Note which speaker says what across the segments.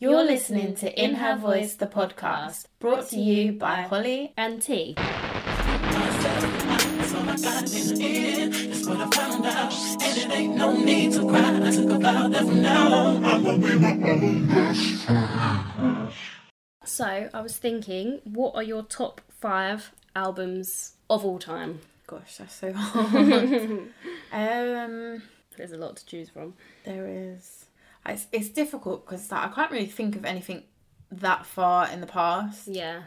Speaker 1: You're listening to In Her Voice, the podcast, brought to you by Holly
Speaker 2: and T. So I was thinking, what are your top five albums of all time?
Speaker 1: Gosh, that's so hard. um,
Speaker 2: There's a lot to choose from.
Speaker 1: there is. It's, it's difficult because like, I can't really think of anything that far in the past.
Speaker 2: Yeah,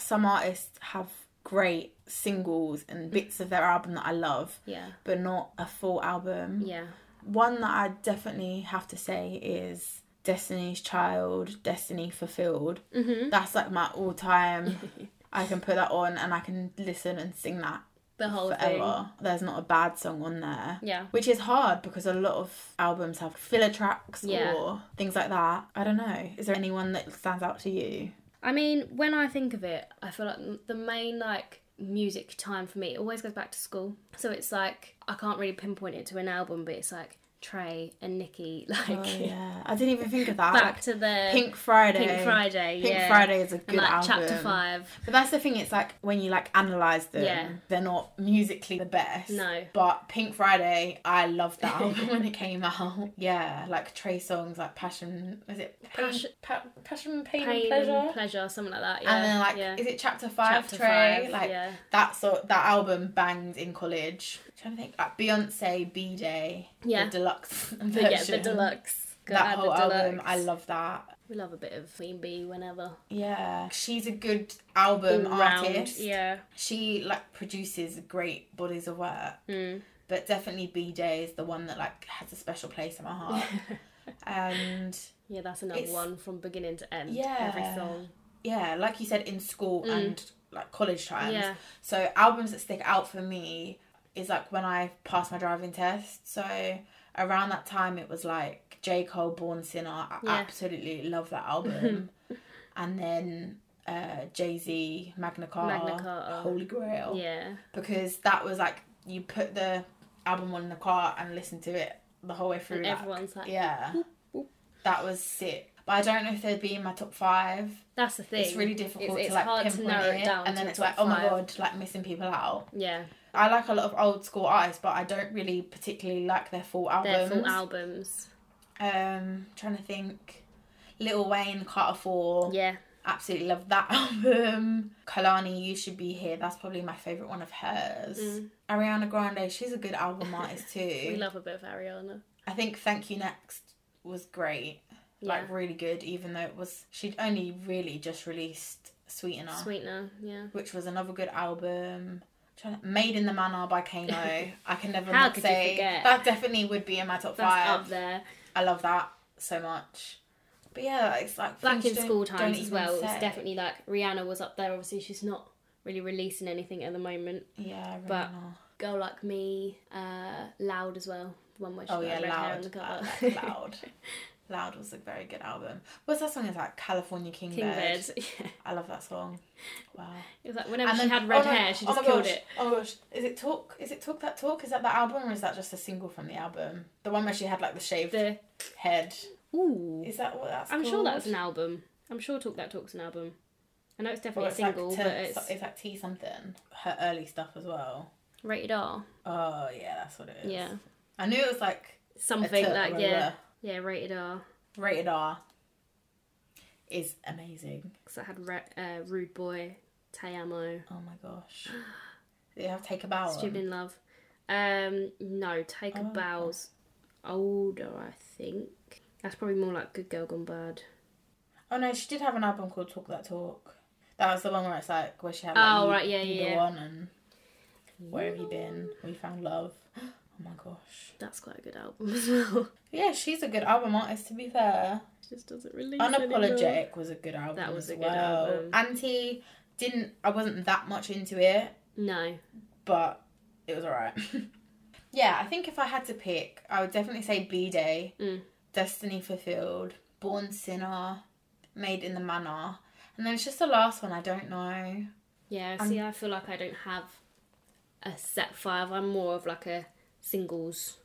Speaker 1: Some artists have great singles and bits of their album that I love,
Speaker 2: yeah,
Speaker 1: but not a full album.
Speaker 2: yeah.
Speaker 1: One that I definitely have to say is Destiny's Child, Destiny Fulfilled. Mm-hmm. That's like my all time. I can put that on and I can listen and sing that
Speaker 2: The whole
Speaker 1: forever. There's not a bad song on there.
Speaker 2: thing. Yeah.
Speaker 1: Which is hard because a lot of albums have filler tracks
Speaker 2: Yeah.
Speaker 1: or things like that. I don't know. Is there anyone that stands out to you?
Speaker 2: I mean, when I think of it, I feel like the main like music time for me it always goes back to school. So it's like I can't really pinpoint it to an album, but it's like Trey and Nicki, like
Speaker 1: Oh, yeah. I didn't even think of that.
Speaker 2: back
Speaker 1: Like,
Speaker 2: to the
Speaker 1: Pink Friday.
Speaker 2: Pink Friday,
Speaker 1: Pink
Speaker 2: yeah.
Speaker 1: Friday is a good
Speaker 2: and like
Speaker 1: album.
Speaker 2: Chapter Five.
Speaker 1: But that's the thing, it's like when you like analyse them,
Speaker 2: Yeah.
Speaker 1: they're not musically the best.
Speaker 2: No.
Speaker 1: But Pink Friday, I loved that album when it came out. Yeah, like Trey songs like Passion was it Pain-
Speaker 2: Passion-
Speaker 1: pa- Passion Pain,
Speaker 2: Pain
Speaker 1: and Pleasure?
Speaker 2: and pleasure, something like that. Yeah,
Speaker 1: and then like
Speaker 2: yeah.
Speaker 1: is it chapter five
Speaker 2: Chapter
Speaker 1: Trey?
Speaker 2: Five,
Speaker 1: like
Speaker 2: yeah.
Speaker 1: that sort that album banged in college. I'm trying to think like Beyonce B Day.
Speaker 2: Yeah.
Speaker 1: The deluxe version.
Speaker 2: But yeah, the deluxe. Gotta
Speaker 1: That
Speaker 2: add
Speaker 1: whole
Speaker 2: the deluxe.
Speaker 1: album, I love that.
Speaker 2: We love a bit of Queen Bee whenever.
Speaker 1: Yeah, she's a good album
Speaker 2: All round,
Speaker 1: artist.
Speaker 2: Yeah.
Speaker 1: she like produces great bodies of work
Speaker 2: Mm.
Speaker 1: but definitely b day is the one that like has a special place in my heart and
Speaker 2: yeah, that's another
Speaker 1: It's-
Speaker 2: one from beginning to end.
Speaker 1: Yeah.
Speaker 2: Every song.
Speaker 1: yeah like you said in school and like college times
Speaker 2: Mm. Yeah.
Speaker 1: so albums that stick out for me is like when i passed my driving test so around that time it was like j cole born sinner i
Speaker 2: Yeah.
Speaker 1: absolutely love that album and then uh jay-z magna carta,
Speaker 2: Magna Carta.
Speaker 1: holy grail
Speaker 2: Yeah.
Speaker 1: because that was like you put the album on in the car and listen to it the whole way through.
Speaker 2: And
Speaker 1: like-
Speaker 2: everyone's like,
Speaker 1: yeah,
Speaker 2: boop.
Speaker 1: that was sick. But I don't know if they'd be in my top five.
Speaker 2: That's the thing.
Speaker 1: It's really difficult
Speaker 2: It's- it's
Speaker 1: to like
Speaker 2: hard to
Speaker 1: pinpoint
Speaker 2: narrow it
Speaker 1: it,
Speaker 2: down
Speaker 1: and
Speaker 2: to
Speaker 1: then
Speaker 2: a
Speaker 1: it's
Speaker 2: top
Speaker 1: like, oh my
Speaker 2: five.
Speaker 1: god, like missing people out.
Speaker 2: Yeah.
Speaker 1: I like a lot of old school artists, but I don't really particularly like their full
Speaker 2: Their
Speaker 1: albums.
Speaker 2: full albums.
Speaker 1: Um, trying to think. Lil Wayne, Carter Four,
Speaker 2: Yeah.
Speaker 1: absolutely love that album. Kalani, You Should Be Here, that's probably my favourite one of hers.
Speaker 2: Mm.
Speaker 1: Ariana Grande, she's a good album artist
Speaker 2: We
Speaker 1: too.
Speaker 2: love a bit of Ariana.
Speaker 1: I think Thank You Next was great,
Speaker 2: Yeah.
Speaker 1: like really good, even though it was, she'd only really just released Sweetener,
Speaker 2: Sweetener. Yeah.
Speaker 1: which was another good album. Trying to- Made in the Manor by Kano. I can never
Speaker 2: How
Speaker 1: not
Speaker 2: could you
Speaker 1: say
Speaker 2: forget?
Speaker 1: that definitely would be in my top
Speaker 2: That's
Speaker 1: five.
Speaker 2: up there.
Speaker 1: I love that so much. But yeah, it's like
Speaker 2: Back
Speaker 1: things
Speaker 2: in
Speaker 1: don't-
Speaker 2: school
Speaker 1: don't
Speaker 2: times as
Speaker 1: even
Speaker 2: well, it
Speaker 1: say.
Speaker 2: was definitely like Rihanna was up there. Obviously, she's not really releasing anything at the moment.
Speaker 1: yeah, really
Speaker 2: but- Girl Like Me, uh, Loud as well. The one where she
Speaker 1: Oh
Speaker 2: got
Speaker 1: yeah,
Speaker 2: red hair on the
Speaker 1: loud. I
Speaker 2: cover.
Speaker 1: like loud. Loud was a very good album. What's that song? It's like California King,
Speaker 2: King
Speaker 1: Bird.
Speaker 2: Bird. Yeah.
Speaker 1: I love that song. Wow.
Speaker 2: It was like whenever she
Speaker 1: then-
Speaker 2: had red
Speaker 1: oh my-
Speaker 2: hair, she
Speaker 1: oh
Speaker 2: just
Speaker 1: my
Speaker 2: killed
Speaker 1: gosh,
Speaker 2: it.
Speaker 1: Oh my gosh, is it Talk? Is it Talk That Talk? Is that the album, or is that just a single from the album? The one where she had like the shaved
Speaker 2: The
Speaker 1: head.
Speaker 2: ooh,
Speaker 1: Is that what that's?
Speaker 2: I'm sure
Speaker 1: called?
Speaker 2: that's an album. I'm sure Talk That Talk's an album. I know it's
Speaker 1: Or
Speaker 2: definitely
Speaker 1: it's
Speaker 2: a single,
Speaker 1: like
Speaker 2: but
Speaker 1: T-
Speaker 2: it's
Speaker 1: it's like T something. Her early stuff as well.
Speaker 2: rated R.
Speaker 1: Oh yeah, that's what it is.
Speaker 2: Yeah,
Speaker 1: I knew it was like a
Speaker 2: something
Speaker 1: T-
Speaker 2: like
Speaker 1: blah,
Speaker 2: yeah,
Speaker 1: blah.
Speaker 2: yeah, rated R.
Speaker 1: Rated R. Is amazing.
Speaker 2: Because I had re- uh, Rude Boy, Tayamo,
Speaker 1: Oh my gosh. They have take a bow. on.
Speaker 2: Stupid in Love. Um, no, Take a
Speaker 1: Oh.
Speaker 2: Bow's older, I think. That's probably more like Good Girl Gone Bad.
Speaker 1: Oh no, she did have an album called Talk That Talk. That was the one where it's like where she had. Like,
Speaker 2: Oh,
Speaker 1: you-
Speaker 2: right, yeah,
Speaker 1: you
Speaker 2: yeah,
Speaker 1: go
Speaker 2: yeah.
Speaker 1: on and where have you been? We found love. Oh my gosh.
Speaker 2: That's quite a good album as well.
Speaker 1: Yeah, she's a good album artist. To be fair,
Speaker 2: she just doesn't release anymore.
Speaker 1: Unapologetic was a good album.
Speaker 2: That was
Speaker 1: as
Speaker 2: a good
Speaker 1: well.
Speaker 2: album.
Speaker 1: Anti didn't. I wasn't that much into it,
Speaker 2: No,
Speaker 1: but it was alright. yeah, I think if I had to pick, I would definitely say B Day,
Speaker 2: Mm.
Speaker 1: Destiny Fulfilled, Born Sinner, Made in the Manor, and then it's just the last one. I don't know.
Speaker 2: Yeah,
Speaker 1: Um,
Speaker 2: see, I feel like I don't have a set five. I'm more of like a singles,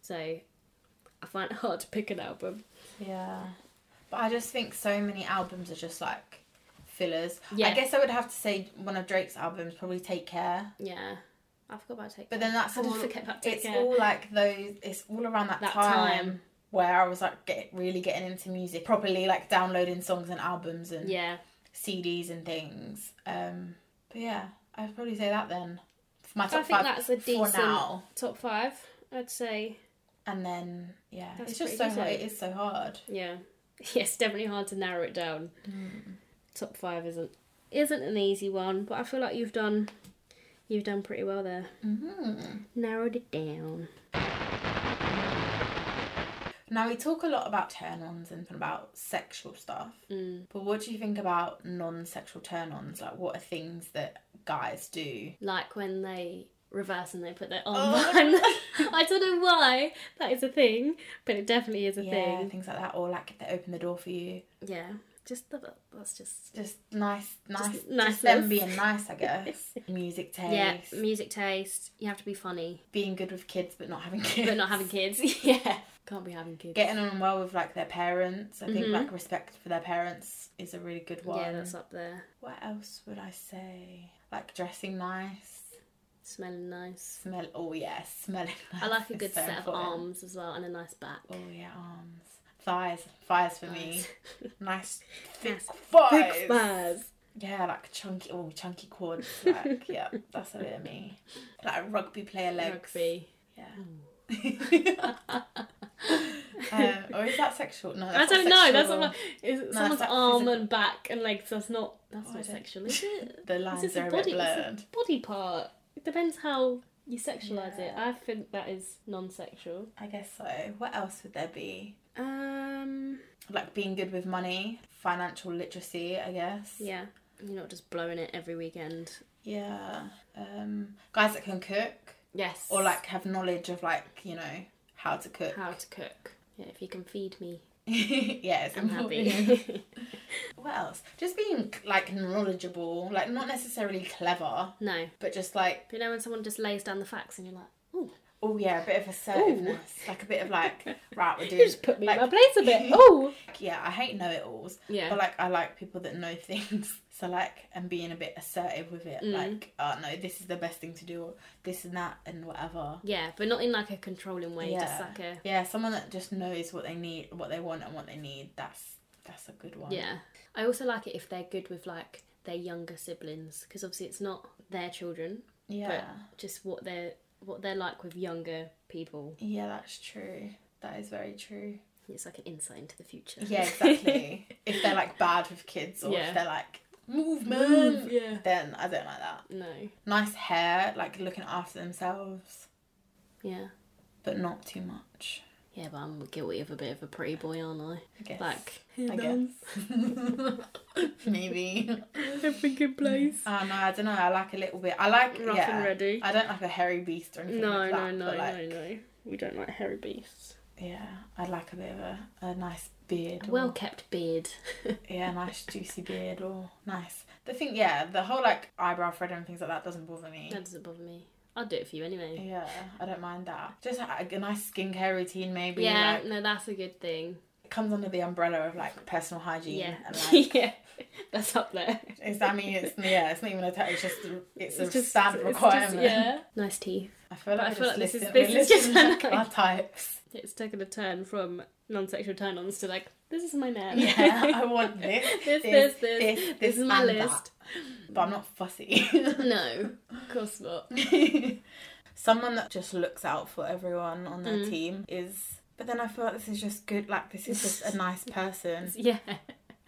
Speaker 2: so I find it hard to pick an album.
Speaker 1: Yeah. But But I just think so many albums are just like fillers.
Speaker 2: Yeah.
Speaker 1: I guess I would have to say one of Drake's albums probably Take Care.
Speaker 2: Yeah. I forgot about Take
Speaker 1: But then that's
Speaker 2: I did
Speaker 1: all
Speaker 2: forget about Take
Speaker 1: it's
Speaker 2: Care.
Speaker 1: all like those it's all around that,
Speaker 2: That
Speaker 1: time,
Speaker 2: time.
Speaker 1: where I was like get really getting into music properly like downloading songs and albums and
Speaker 2: Yeah.
Speaker 1: CDs and things. Um but yeah, I'd probably say that then. For my
Speaker 2: So I
Speaker 1: top
Speaker 2: think
Speaker 1: five
Speaker 2: that's a decent
Speaker 1: for now.
Speaker 2: top five. I'd say.
Speaker 1: And then yeah,
Speaker 2: That's
Speaker 1: it's just so
Speaker 2: pretty
Speaker 1: hard.
Speaker 2: decent.
Speaker 1: It is so hard.
Speaker 2: Yeah. Yeah, it's definitely hard to narrow it down.
Speaker 1: Hmm.
Speaker 2: Top five isn't isn't an easy one, but I feel like you've done you've done pretty well there. Mm-hmm.
Speaker 1: Mm.
Speaker 2: Narrowed it down.
Speaker 1: Now we talk a lot about turn-ons and about sexual stuff,
Speaker 2: Mm.
Speaker 1: but what do you think about non-sexual turn-ons? Like, what are things that guys do?
Speaker 2: Like when they reverse and they put their arm
Speaker 1: Oh.
Speaker 2: behind. their- I don't know why that is a thing, but it definitely is a
Speaker 1: yeah,
Speaker 2: thing.
Speaker 1: things like that, or like if they open the door for you,
Speaker 2: Yeah. Just the, that's just
Speaker 1: just nice, nice, just,
Speaker 2: niceness. Mm.
Speaker 1: them being nice, I guess. Music taste,
Speaker 2: yeah. Music taste. You have to be funny,
Speaker 1: being good with kids but not having kids,
Speaker 2: but not having kids. yeah. Can't be having kids.
Speaker 1: getting on well with like their parents. I think
Speaker 2: Mhm.
Speaker 1: like respect for their parents is a really good one.
Speaker 2: yeah, that's up there.
Speaker 1: What else would I say? Like dressing nice.
Speaker 2: Smelling nice.
Speaker 1: Smell. Oh yeah, smelling.
Speaker 2: I like a
Speaker 1: is
Speaker 2: good
Speaker 1: so
Speaker 2: set of
Speaker 1: important.
Speaker 2: arms as well and a nice back.
Speaker 1: Oh yeah, arms, thighs, thighs for me.
Speaker 2: Nice.
Speaker 1: Nice thick
Speaker 2: Nice
Speaker 1: thighs.
Speaker 2: Big thighs.
Speaker 1: Yeah, like chunky. Oh, chunky quads. Like yeah, that's a bit of me. Like rugby player legs.
Speaker 2: Rugby.
Speaker 1: Yeah. um, or is that sexual? No,
Speaker 2: I
Speaker 1: that's
Speaker 2: don't
Speaker 1: not
Speaker 2: know. That's
Speaker 1: sexual.
Speaker 2: not. Is it
Speaker 1: No,
Speaker 2: someone's
Speaker 1: that's
Speaker 2: arm
Speaker 1: physical.
Speaker 2: and back and legs? That's not. That's
Speaker 1: Oh, I
Speaker 2: not
Speaker 1: don't-
Speaker 2: sexual, is it?
Speaker 1: The
Speaker 2: It's
Speaker 1: lines
Speaker 2: just
Speaker 1: are
Speaker 2: a
Speaker 1: a bit
Speaker 2: body. It's
Speaker 1: blurred.
Speaker 2: a body part. It depends how you sexualize it. I think that is non-sexual.
Speaker 1: I guess so. What else would there be?
Speaker 2: Um.
Speaker 1: Like being good with money, financial literacy. I guess.
Speaker 2: Yeah. You're not just blowing it every weekend.
Speaker 1: Yeah. Um, guys that can cook.
Speaker 2: Yes.
Speaker 1: or like have knowledge of like you know how to cook.
Speaker 2: how to cook. Yeah, if you can feed me,
Speaker 1: yeah, it's
Speaker 2: I'm
Speaker 1: important.
Speaker 2: happy.
Speaker 1: what else? Just being like knowledgeable, like not necessarily clever,
Speaker 2: no,
Speaker 1: but just like
Speaker 2: but you know when someone just lays down the facts and you're like, oh,
Speaker 1: oh yeah, a bit of assertiveness, like a bit of like right, we're
Speaker 2: you
Speaker 1: doing.
Speaker 2: just put me
Speaker 1: like,
Speaker 2: in my place a bit. Oh,
Speaker 1: Yeah, I hate know-it-alls,
Speaker 2: yeah.
Speaker 1: but like I like people that know things. So like and being a bit assertive with it,
Speaker 2: Mm.
Speaker 1: like oh no, this is the best thing to do, or this and that and whatever.
Speaker 2: Yeah, but not in like a controlling way, just
Speaker 1: Yeah.
Speaker 2: like a
Speaker 1: Yeah, someone that just knows what they need, what they want, and what they need. That's that's a good one.
Speaker 2: yeah. I also like it if they're good with like their younger siblings because obviously it's not their children,
Speaker 1: yeah.
Speaker 2: just what they're what they're like with younger people.
Speaker 1: Yeah, that's true. That is very true.
Speaker 2: It's like an insight into the future.
Speaker 1: Yeah, exactly. if they're like bad with kids or
Speaker 2: Yeah.
Speaker 1: if they're like movement,
Speaker 2: Move, yeah.
Speaker 1: then I don't like that.
Speaker 2: No.
Speaker 1: Nice hair, like looking after themselves,
Speaker 2: Yeah.
Speaker 1: but not too much.
Speaker 2: Yeah, but I'm guilty of a bit of a pretty boy, aren't I?
Speaker 1: I guess.
Speaker 2: Like,
Speaker 1: I guess. Maybe.
Speaker 2: everything in place.
Speaker 1: Oh no, I don't know. I like a little bit. I like
Speaker 2: Rough
Speaker 1: yeah.
Speaker 2: and ready.
Speaker 1: I don't like a hairy beast or anything
Speaker 2: No,
Speaker 1: like that.
Speaker 2: no, no,
Speaker 1: but, like,
Speaker 2: no, no. We don't like hairy beasts.
Speaker 1: Yeah, I like a bit of a, a nice beard.
Speaker 2: A
Speaker 1: or-
Speaker 2: well kept beard.
Speaker 1: Yeah, nice juicy beard or nice. The thing, yeah, the whole like eyebrow thread and things like that doesn't bother me.
Speaker 2: that doesn't bother me. I'll do it for you anyway.
Speaker 1: Yeah, I don't mind that. Just a, a nice skincare routine, maybe.
Speaker 2: Yeah,
Speaker 1: like,
Speaker 2: no, that's a good thing.
Speaker 1: it comes under the umbrella of like personal hygiene.
Speaker 2: Yeah,
Speaker 1: And, like,
Speaker 2: yeah, that's up there.
Speaker 1: it's, I mean, it's yeah, it's not even a touch. It's just a- it's, a
Speaker 2: just-
Speaker 1: standard
Speaker 2: it's just-
Speaker 1: requirement.
Speaker 2: yeah. Nice teeth.
Speaker 1: I feel
Speaker 2: But
Speaker 1: like
Speaker 2: I
Speaker 1: we're
Speaker 2: feel
Speaker 1: just
Speaker 2: like this is-
Speaker 1: listing-
Speaker 2: this
Speaker 1: we're
Speaker 2: is just
Speaker 1: listing,
Speaker 2: an
Speaker 1: like, our types.
Speaker 2: It's taken a turn from non-sexual turn-ons to like this is my man.
Speaker 1: Yeah, I want this,
Speaker 2: this, this,
Speaker 1: this,
Speaker 2: this,
Speaker 1: this,
Speaker 2: this. is my
Speaker 1: and that.
Speaker 2: list.
Speaker 1: But I'm not fussy.
Speaker 2: No, of course not.
Speaker 1: Someone that just looks out for everyone on their
Speaker 2: Mm.
Speaker 1: team is. But then I feel like this is just good. Like this is just a nice person.
Speaker 2: Yeah,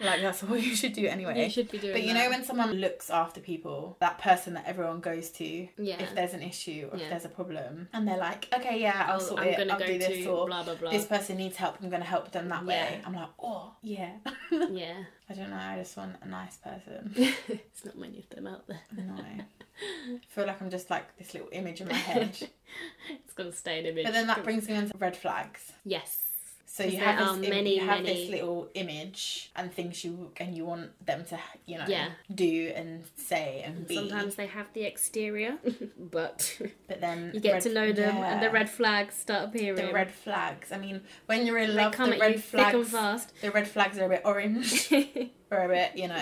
Speaker 1: Like that's all you should do anyway.
Speaker 2: you should be doing.
Speaker 1: But you
Speaker 2: that.
Speaker 1: know when someone looks after people, that person that everyone goes to
Speaker 2: yeah,
Speaker 1: if there's an issue or
Speaker 2: Yeah.
Speaker 1: if there's a problem, and they're like, okay, yeah, I'll
Speaker 2: Oh,
Speaker 1: sort
Speaker 2: I'm
Speaker 1: it.
Speaker 2: gonna
Speaker 1: I'll
Speaker 2: go
Speaker 1: do this
Speaker 2: to
Speaker 1: or
Speaker 2: blah blah blah.
Speaker 1: this person needs help. I'm gonna help them that way.
Speaker 2: Yeah.
Speaker 1: I'm like, oh yeah.
Speaker 2: yeah,
Speaker 1: I don't know. I just want a nice person.
Speaker 2: it's not many of them out there.
Speaker 1: No, I feel like I'm just like this little image in my head.
Speaker 2: It's gonna stay an image.
Speaker 1: But then that brings me on to red flags.
Speaker 2: yes,
Speaker 1: So
Speaker 2: 'Cause
Speaker 1: you
Speaker 2: there
Speaker 1: have this
Speaker 2: are
Speaker 1: im-
Speaker 2: many,
Speaker 1: you have
Speaker 2: many-
Speaker 1: this little image and things you and you want them to you know
Speaker 2: Yeah.
Speaker 1: do and say and be.
Speaker 2: Sometimes they have the exterior, but
Speaker 1: but then
Speaker 2: you get
Speaker 1: red-
Speaker 2: to know them, and the
Speaker 1: yeah.
Speaker 2: red flags start appearing.
Speaker 1: the red flags. I mean, when you're in
Speaker 2: they
Speaker 1: love,
Speaker 2: come
Speaker 1: the
Speaker 2: at you
Speaker 1: red
Speaker 2: thick and
Speaker 1: flags.
Speaker 2: fast.
Speaker 1: The red flags are a bit orange,
Speaker 2: Bit
Speaker 1: or a bit you know.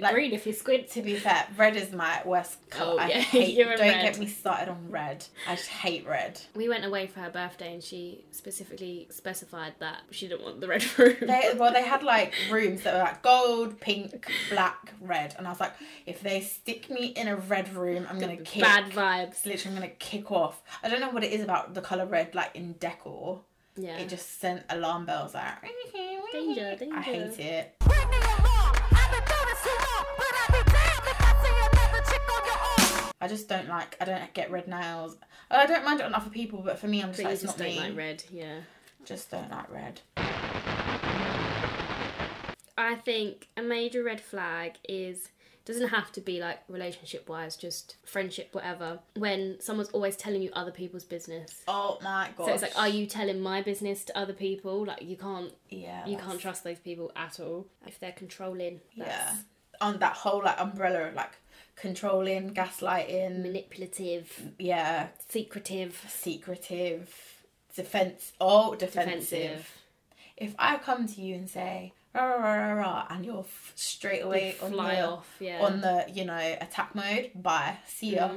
Speaker 1: Like-
Speaker 2: green if you squint.
Speaker 1: To be fair, red is my worst
Speaker 2: Oh,
Speaker 1: color. I
Speaker 2: yeah,
Speaker 1: hate.
Speaker 2: you're a
Speaker 1: Don't
Speaker 2: red.
Speaker 1: get me started on red. I just hate red.
Speaker 2: We went away for her birthday, and she specifically specified that she didn't want the red room.
Speaker 1: They, well, they had like rooms that were like gold, pink, black, red, and I was like, if they stick me in a red room, I'm gonna kick.
Speaker 2: bad vibes.
Speaker 1: Literally, I'm gonna kick off. I don't know what it is about the color red, like in decor.
Speaker 2: Yeah.
Speaker 1: It just sent alarm bells like.
Speaker 2: Danger,
Speaker 1: I
Speaker 2: danger.
Speaker 1: hate it.
Speaker 3: Bring me a home. I've been through this too long, but I'd be damned if I see another chick on your arm.
Speaker 1: I just don't like. I don't get red nails. I don't mind it on other people, but for me, I'm just
Speaker 2: But
Speaker 1: like,
Speaker 2: you
Speaker 1: it's
Speaker 2: just
Speaker 1: not
Speaker 2: don't
Speaker 1: me.
Speaker 2: like red, yeah.
Speaker 1: Just don't like red.
Speaker 2: I think a major red flag is doesn't have to be like relationship wise, just friendship, whatever. When someone's always telling you other people's business.
Speaker 1: Oh my god.
Speaker 2: So it's like, are you telling my business to other people? Like you can't
Speaker 1: Yeah.
Speaker 2: you
Speaker 1: that's-
Speaker 2: can't trust those people at all. If they're controlling,
Speaker 1: Yeah.
Speaker 2: that's
Speaker 1: On that whole like umbrella of like controlling, gaslighting.
Speaker 2: manipulative,
Speaker 1: yeah,
Speaker 2: secretive,
Speaker 1: secretive, defense. Oh, defensive.
Speaker 2: defensive.
Speaker 1: If I come to you and say rah rah rah rah, rah and you're f- straight away on
Speaker 2: fly
Speaker 1: the
Speaker 2: off, yeah. Mm-hmm.
Speaker 1: on the you know attack mode, bye, see
Speaker 2: Mm.
Speaker 1: ya.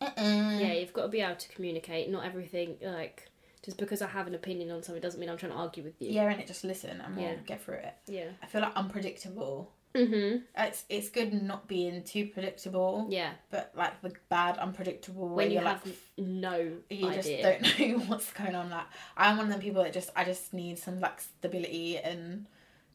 Speaker 1: Uh-uh.
Speaker 2: yeah, you've got to be able to communicate, not everything like just because I have an opinion on something doesn't mean I'm trying to argue with you.
Speaker 1: Yeah, and it just listen and we'll
Speaker 2: Yeah.
Speaker 1: get through it.
Speaker 2: Yeah.
Speaker 1: I feel like unpredictable.
Speaker 2: Mm-hmm.
Speaker 1: It's it's good not being too predictable,
Speaker 2: Yeah.
Speaker 1: but like the bad unpredictable where
Speaker 2: when you
Speaker 1: you're
Speaker 2: have
Speaker 1: like
Speaker 2: no
Speaker 1: you just
Speaker 2: idea.
Speaker 1: don't know what's going on. Like I'm one of them people that just I just need some like stability and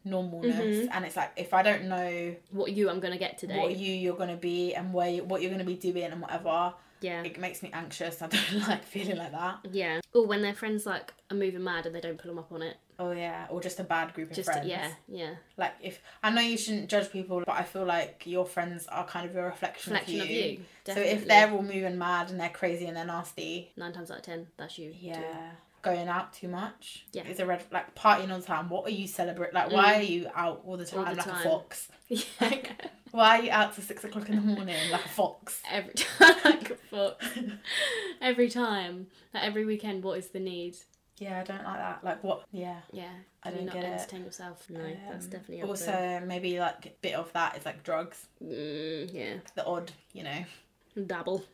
Speaker 2: Mm-hmm.
Speaker 1: normalness. And it's like if I don't know
Speaker 2: what you I'm gonna get today.
Speaker 1: what you you're gonna be and where you, what you're gonna be doing and whatever,
Speaker 2: yeah,
Speaker 1: it makes me anxious. I don't like feeling like that.
Speaker 2: yeah. Or when their friends like are moving mad and they don't pull them up on it.
Speaker 1: Oh yeah, or just a bad group of
Speaker 2: Just
Speaker 1: friends.
Speaker 2: yeah, yeah.
Speaker 1: Like if I know you shouldn't judge people, but I feel like your friends are kind of your reflection,
Speaker 2: Reflection of you. Definitely.
Speaker 1: So if they're all moving mad and they're crazy and they're nasty,
Speaker 2: nine times out of ten, that's you. too.
Speaker 1: yeah. Going out too much
Speaker 2: Yeah. Mm.
Speaker 1: is a red like partying all the time. What are you celebrating? Like, why are you out all the time
Speaker 2: All the
Speaker 1: like
Speaker 2: time.
Speaker 1: a fox?
Speaker 2: yeah.
Speaker 1: Like, why are you out till six o'clock in the morning like a fox?
Speaker 2: Every time, fuck. every time, like every weekend. What is the need?
Speaker 1: Yeah, I don't like that. Like, what? Yeah.
Speaker 2: Yeah,
Speaker 1: I
Speaker 2: Can you
Speaker 1: don't
Speaker 2: not
Speaker 1: get it.
Speaker 2: entertain yourself. No, that's
Speaker 1: Um,
Speaker 2: definitely up
Speaker 1: Also,
Speaker 2: there.
Speaker 1: maybe like a bit of that is like drugs,
Speaker 2: Mm, yeah,
Speaker 1: the odd, you know.
Speaker 2: dabble.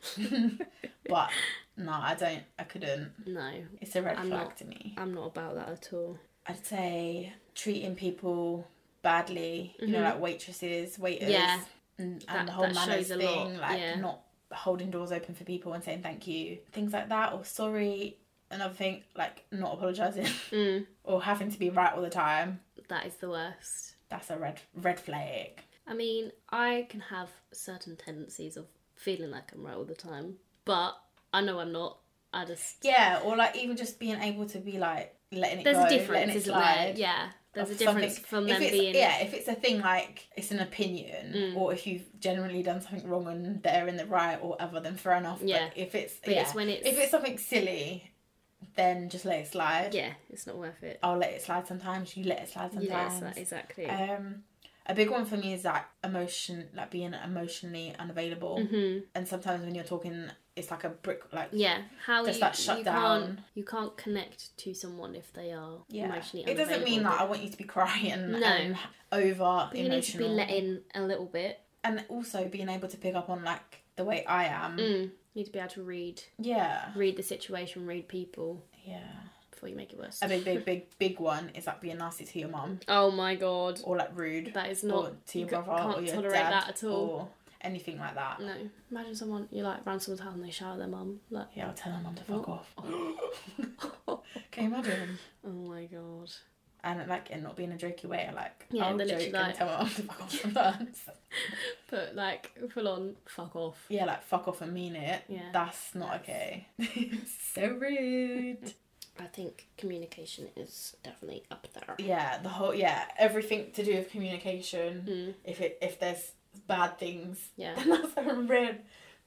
Speaker 1: But no, I don't. I couldn't.
Speaker 2: no,
Speaker 1: It's a red
Speaker 2: I'm
Speaker 1: flag
Speaker 2: not-
Speaker 1: to me.
Speaker 2: I'm not about that at all.
Speaker 1: I'd say treating people badly, you know, like waitresses, waiters,
Speaker 2: Mm-hmm. Yeah.
Speaker 1: and,
Speaker 2: That-
Speaker 1: and the whole
Speaker 2: that
Speaker 1: manners
Speaker 2: shows a
Speaker 1: thing,
Speaker 2: lot,
Speaker 1: like
Speaker 2: yeah.
Speaker 1: not holding doors open for people and saying thank you, things like that, or sorry. Another thing, like not apologising
Speaker 2: Mm,
Speaker 1: or having to be right all the time,
Speaker 2: that is the worst.
Speaker 1: that's a red red flag.
Speaker 2: I mean, I can have certain tendencies of feeling like I'm right all the time, but I know I'm not. I just
Speaker 1: Yeah, or like even just being able to be like letting it
Speaker 2: there's
Speaker 1: go.
Speaker 2: a
Speaker 1: letting
Speaker 2: difference,
Speaker 1: it
Speaker 2: isn't
Speaker 1: slide.
Speaker 2: there? Yeah, there's a
Speaker 1: of
Speaker 2: difference
Speaker 1: something-
Speaker 2: from
Speaker 1: if
Speaker 2: them
Speaker 1: it's-
Speaker 2: being Mm.
Speaker 1: yeah if it's a thing like it's an opinion or if you've generally done something wrong and they're in the right or whatever then fair enough
Speaker 2: Yeah.
Speaker 1: but if it's
Speaker 2: But
Speaker 1: yeah
Speaker 2: it's when it's-
Speaker 1: if it's something silly then just let it slide
Speaker 2: yeah, it's not worth it.
Speaker 1: i'll let it slide sometimes you let it slide sometimes
Speaker 2: Yeah, it's like, exactly.
Speaker 1: um a big one for me is like emotion like being emotionally unavailable and sometimes when you're talking it's like a brick like
Speaker 2: Mm-hmm. yeah, how
Speaker 1: just
Speaker 2: you,
Speaker 1: that shut
Speaker 2: you can't
Speaker 1: down.
Speaker 2: you can't connect to someone if they are
Speaker 1: yeah.
Speaker 2: emotionally.
Speaker 1: it doesn't mean
Speaker 2: unavailable,
Speaker 1: that I want you to be crying
Speaker 2: No.
Speaker 1: and over
Speaker 2: but You need to be
Speaker 1: emotional.
Speaker 2: let in a little bit.
Speaker 1: and also being able to pick up on like the way I am.
Speaker 2: Mm. You need to be able to read
Speaker 1: Yeah,
Speaker 2: read the situation, read people
Speaker 1: yeah.
Speaker 2: before you make it worse.
Speaker 1: A big, big, big, big one is like being nasty to your mum
Speaker 2: Um, oh my god,
Speaker 1: or like rude.
Speaker 2: that is
Speaker 1: or
Speaker 2: not.
Speaker 1: to your
Speaker 2: you ca-
Speaker 1: brother
Speaker 2: can't
Speaker 1: or your
Speaker 2: tolerate
Speaker 1: dad
Speaker 2: that at all. Mm.
Speaker 1: or anything like that.
Speaker 2: No. Imagine someone you like ran someone's house and they shout at their mum. Like,
Speaker 1: Yeah, I'll tell my mum to fuck off. Can you imagine?
Speaker 2: oh my god.
Speaker 1: And like, and not being a jokey way, like
Speaker 2: Yeah,
Speaker 1: I'll
Speaker 2: they're
Speaker 1: joke
Speaker 2: literally
Speaker 1: and
Speaker 2: like-
Speaker 1: tell my mum to fuck off sometimes.
Speaker 2: But like full on fuck off.
Speaker 1: yeah, like fuck off and mean it.
Speaker 2: Yeah.
Speaker 1: That's not okay. so rude.
Speaker 2: I think communication is definitely up there.
Speaker 1: yeah the whole yeah everything to do with communication if it if there's bad things
Speaker 2: Hmm. Yeah. Hmm. Mm.
Speaker 1: then that's a red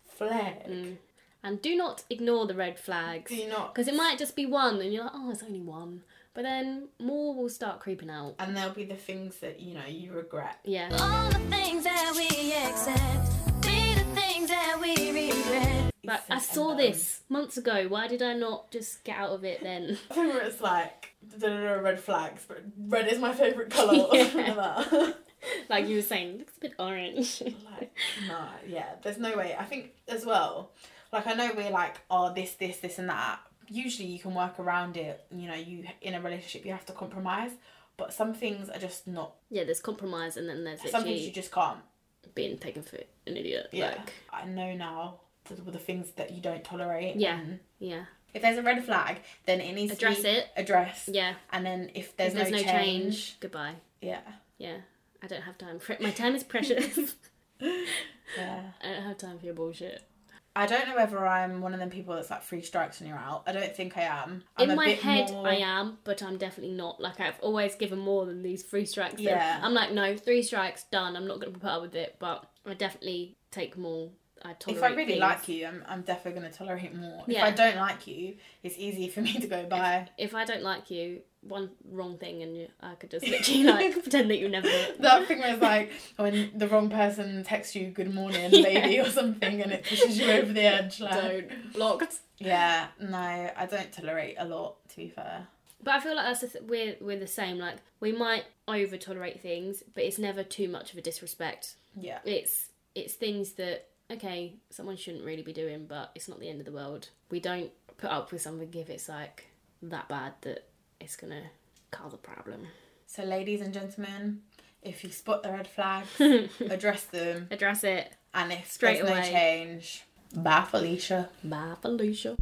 Speaker 1: flag
Speaker 2: And do not ignore the red flags.
Speaker 1: do you not
Speaker 2: Because it might just be one and you're like, oh, it's only one. But But then more will start creeping out.
Speaker 1: And there'll be the things that, you know, you regret.
Speaker 2: Yeah.
Speaker 3: All the things that we accept be the things that we regret.
Speaker 2: Like, um, I saw this months ago. Why did I not just get out of it then?
Speaker 1: I think where it's like, da, da, da, da, red flags, but red is my favourite colour.
Speaker 2: Yeah.
Speaker 1: or something like that.
Speaker 2: like you were saying, it looks a bit orange.
Speaker 1: like nah yeah there's no way i think as well like i know we're like oh this this this and that usually you can work around it you know you in a relationship you have to compromise but some things are just not
Speaker 2: yeah, there's compromise and then there's
Speaker 1: some things you
Speaker 2: literally
Speaker 1: just can't
Speaker 2: being taken for an idiot.
Speaker 1: yeah
Speaker 2: Like,
Speaker 1: i know now the, the things that you don't tolerate
Speaker 2: yeah,
Speaker 1: and
Speaker 2: yeah,
Speaker 1: if there's a red flag then it needs
Speaker 2: Address
Speaker 1: to be
Speaker 2: it.
Speaker 1: addressed
Speaker 2: yeah.
Speaker 1: and then if
Speaker 2: If
Speaker 1: there's, no, change,
Speaker 2: Goodbye.
Speaker 1: yeah
Speaker 2: Yeah. I don't have time for it. My time is precious.
Speaker 1: yeah
Speaker 2: I don't have time for your bullshit.
Speaker 1: I don't know whether I'm one of them people that's like three strikes and you're out. I don't think I am. I'm
Speaker 2: In
Speaker 1: a
Speaker 2: my
Speaker 1: bit
Speaker 2: head,
Speaker 1: more-
Speaker 2: I am, but I'm definitely not. Like I've always given more than these three strikes. So
Speaker 1: Yeah.
Speaker 2: I'm like, no, three strikes done. I'm not gonna put up with it, but I definitely take more. I tolerate.
Speaker 1: if I really
Speaker 2: things.
Speaker 1: like you, I'm, I'm definitely going to tolerate more.
Speaker 2: Yeah.
Speaker 1: If I don't like you, it's easy for me to go by.
Speaker 2: if I don't like you, one wrong thing, and you, I could just literally like pretend that you never.
Speaker 1: that thing was like when the wrong person texts you "Good morning,
Speaker 2: Yeah.
Speaker 1: lady" or something, and it pushes you over the edge. Like,
Speaker 2: don't blocked.
Speaker 1: yeah, no, I don't tolerate a lot. To be fair,
Speaker 2: But I feel like that's the th- we're we're the same. Like we might over tolerate things, but it's never too much of a disrespect.
Speaker 1: yeah,
Speaker 2: It's it's things that okay, someone shouldn't really be doing, but it's not the end of the world. We don't put up with something if it's like that bad that it's gonna cause a problem.
Speaker 1: So, ladies and gentlemen, if you spot the red flags, address them,
Speaker 2: Address it.
Speaker 1: and if
Speaker 2: Straight
Speaker 1: there's
Speaker 2: away.
Speaker 1: no change, bye, Felicia.
Speaker 2: Bye, Felicia.